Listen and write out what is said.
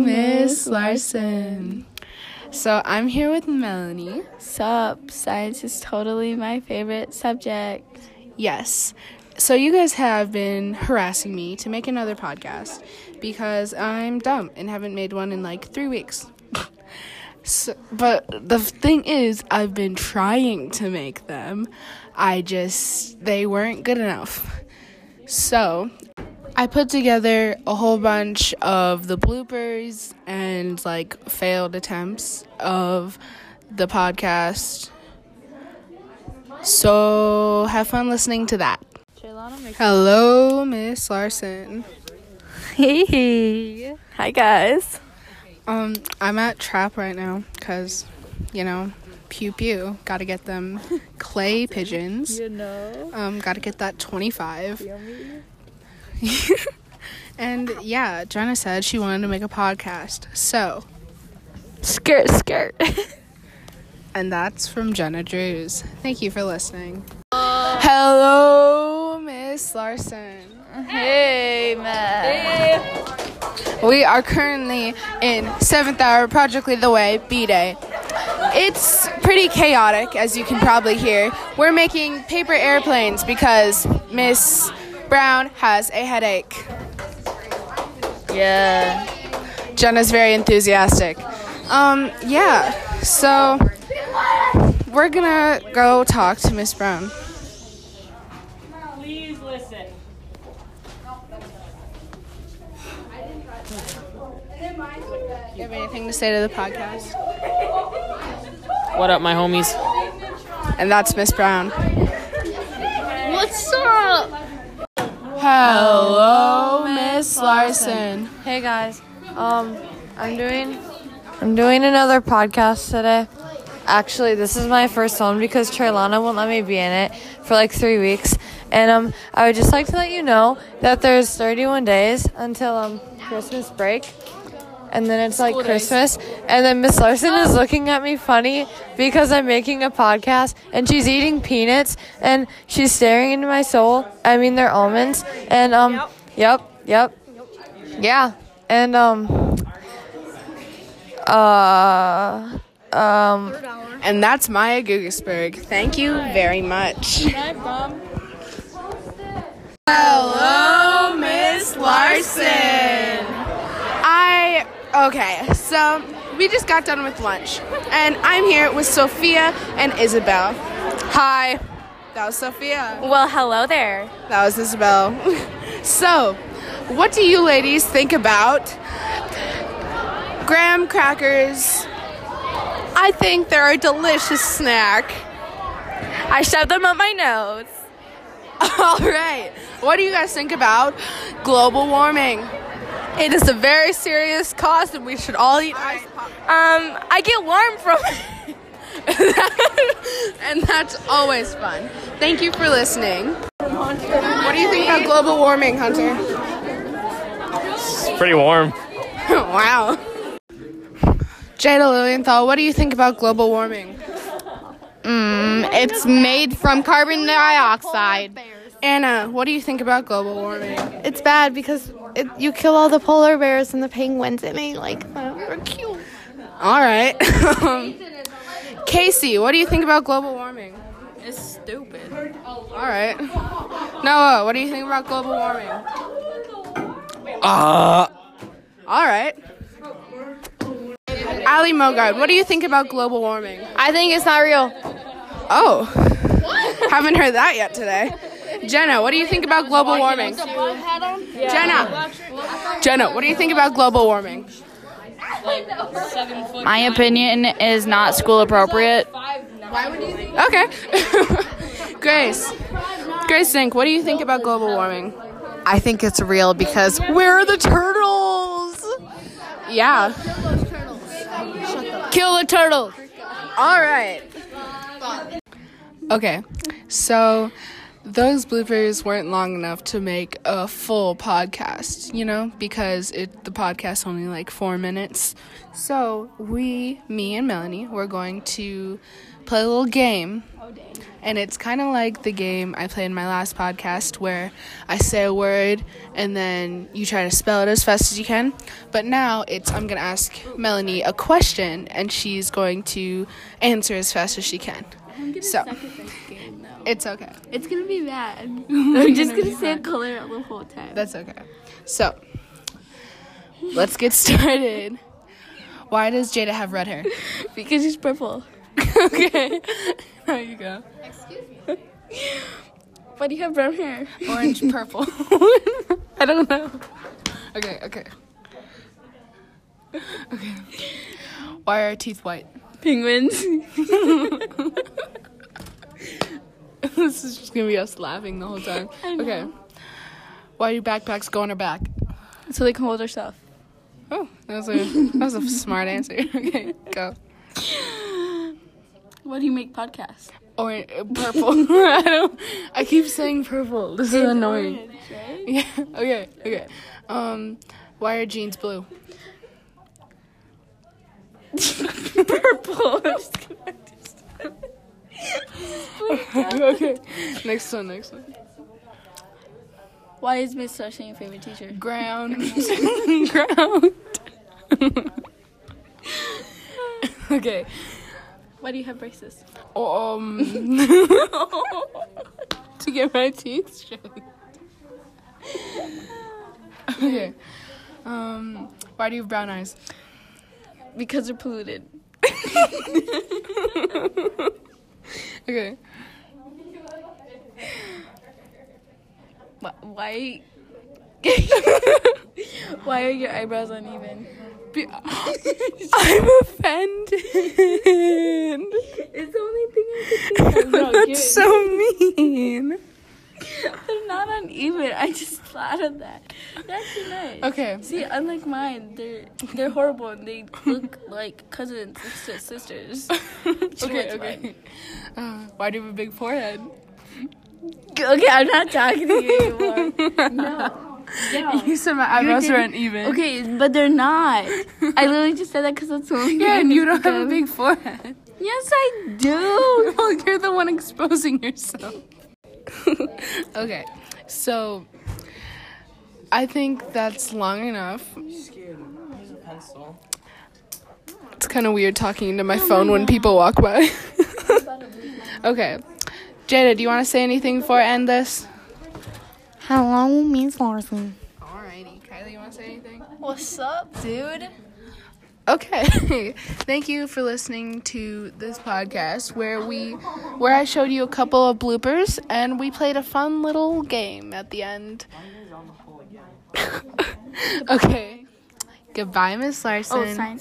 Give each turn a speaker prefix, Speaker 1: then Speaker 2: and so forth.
Speaker 1: Miss Larson. So I'm here with Melanie.
Speaker 2: Sup, science is totally my favorite subject.
Speaker 1: Yes. So you guys have been harassing me to make another podcast because I'm dumb and haven't made one in like three weeks. so, but the thing is, I've been trying to make them. I just they weren't good enough. So I put together a whole bunch of the bloopers and like failed attempts of the podcast. So have fun listening to that. Hello, Miss Larson.
Speaker 2: Hey. Hi, guys.
Speaker 1: Um, I'm at trap right now because, you know, pew pew. Got to get them clay pigeons.
Speaker 2: know.
Speaker 1: Um, got to get that 25. And yeah, Jenna said she wanted to make a podcast. So,
Speaker 2: Skirt, skirt.
Speaker 1: and that's from Jenna Drews. Thank you for listening. Hello, Miss Larson.
Speaker 2: hey, man.
Speaker 1: We are currently in seventh hour, Project Lead the Way, B Day. It's pretty chaotic, as you can probably hear. We're making paper airplanes because Miss Brown has a headache.
Speaker 2: Yeah.
Speaker 1: Jenna's very enthusiastic. Um, yeah, so we're gonna go talk to Miss Brown.
Speaker 3: Please listen.
Speaker 1: You have anything to say to the podcast?
Speaker 3: What up, my homies?
Speaker 1: And that's Miss Brown.
Speaker 2: What's up?
Speaker 1: Hello, Miss Larson.
Speaker 4: Hey guys, um, I'm doing, I'm doing another podcast today. Actually, this is my first one because Trelana won't let me be in it for like three weeks, and um, I would just like to let you know that there's 31 days until um Christmas break, and then it's like Christmas, and then Miss Larson is looking at me funny because I'm making a podcast, and she's eating peanuts, and she's staring into my soul. I mean, they're almonds, and um, yep, yep. Yeah, and um, uh, um,
Speaker 1: And that's Maya Gugelsberg. Thank you very much. Hello, Miss Larson. I okay, so we just got done with lunch, and I'm here with Sophia and Isabel. Hi. That was Sophia.
Speaker 5: Well, hello there.
Speaker 1: That was Isabel. so, what do you ladies think about graham crackers? I think they're a delicious snack.
Speaker 5: I shoved them up my nose.
Speaker 1: All right. What do you guys think about global warming?
Speaker 5: It is a very serious cause, and we should all eat ice. Um, I get warm from
Speaker 1: and that's always fun. Thank you for listening. What do you think about global warming, Hunter?
Speaker 6: It's pretty warm.
Speaker 1: wow. Jada Lilienthal, what do you think about global warming? Mm,
Speaker 7: It's made from carbon dioxide.
Speaker 1: Anna, what do you think about global warming?
Speaker 7: It's bad because it, you kill all the polar bears and the penguins, and they like them. They're cute.
Speaker 1: All right. Casey, what do you think about global warming?
Speaker 5: It's stupid.
Speaker 1: All right. Noah, what do you think about global warming?
Speaker 6: Uh,
Speaker 1: All right. Ali Mogard, what do you think about global warming?
Speaker 7: I think it's not real.
Speaker 1: Oh, haven't heard that yet today. Jenna, what do you think about global warming? Jenna, Jenna, what do you think about global warming?
Speaker 8: My opinion is not school appropriate.
Speaker 1: Okay. Grace, Grace Zink, what do you think about global warming?
Speaker 9: I think it's real because where are the turtles?
Speaker 1: Yeah. Kill the turtle. All right. Okay, so those bloopers weren't long enough to make a full podcast, you know, because it the podcast only like four minutes. So we, me and Melanie, we're going to play a little game And it's kind of like the game I played in my last podcast where I say a word and then you try to spell it as fast as you can. But now it's I'm going to ask Melanie a question and she's going to answer as fast as she can. So it's okay.
Speaker 2: It's gonna be bad. I'm just gonna say color the whole time.
Speaker 1: That's okay. So let's get started. Why does Jada have red hair?
Speaker 2: because she's purple.
Speaker 1: okay. There you go.
Speaker 2: Why do you have brown hair?
Speaker 1: Orange, purple. I don't know. Okay, okay. Okay. Why are our teeth white?
Speaker 2: Penguins.
Speaker 1: this is just gonna be us laughing the whole time. Okay. Why do backpacks go on our back?
Speaker 2: so they can hold their stuff.
Speaker 1: Oh, that was a that was a smart answer. Okay, go.
Speaker 2: Why do you make podcasts?
Speaker 1: Orange, uh, purple. I don't. I keep saying purple. This is annoying. Yeah. Okay. Okay. Um, why are jeans blue?
Speaker 2: Purple.
Speaker 1: okay. Next one. Next one.
Speaker 2: Why is Miss Sarsen your favorite teacher?
Speaker 1: Ground. Ground. okay.
Speaker 2: Why do you have braces?
Speaker 1: Um. to get my teeth straight. okay. Um. Why do you have brown eyes?
Speaker 2: Because they're polluted.
Speaker 1: Okay.
Speaker 2: Wh- Why? Why are your eyebrows uneven?
Speaker 1: I'm offended.
Speaker 2: It's the only thing I could think of. No, you're-
Speaker 1: That's so mean.
Speaker 2: They're not uneven. I just thought of that. That's nice.
Speaker 1: Okay.
Speaker 2: See, unlike mine, they're they're horrible and they look like cousins, sister, sisters.
Speaker 1: Okay. Okay. Uh, why do you have a big forehead?
Speaker 2: Okay, I'm not talking to you anymore. No. No.
Speaker 1: You said my eyebrows
Speaker 2: didn't-
Speaker 1: were uneven.
Speaker 2: Okay, but they're not. I literally just said that because that's what
Speaker 1: Yeah, and you don't have a big forehead.
Speaker 2: Yes, I do.
Speaker 1: Well, you're the one exposing yourself. okay, so I think that's long enough. It's kind of weird talking into my phone when people walk by. okay, Jada, do you want to say anything before I end this?
Speaker 7: Hello, Miss Larson.
Speaker 1: Alrighty, Kylie, you want to say anything?
Speaker 5: What's up, dude?
Speaker 1: Okay. Thank you for listening to this podcast where we where I showed you a couple of bloopers and we played a fun little game at the end. okay. Goodbye, Miss Larson.
Speaker 2: science.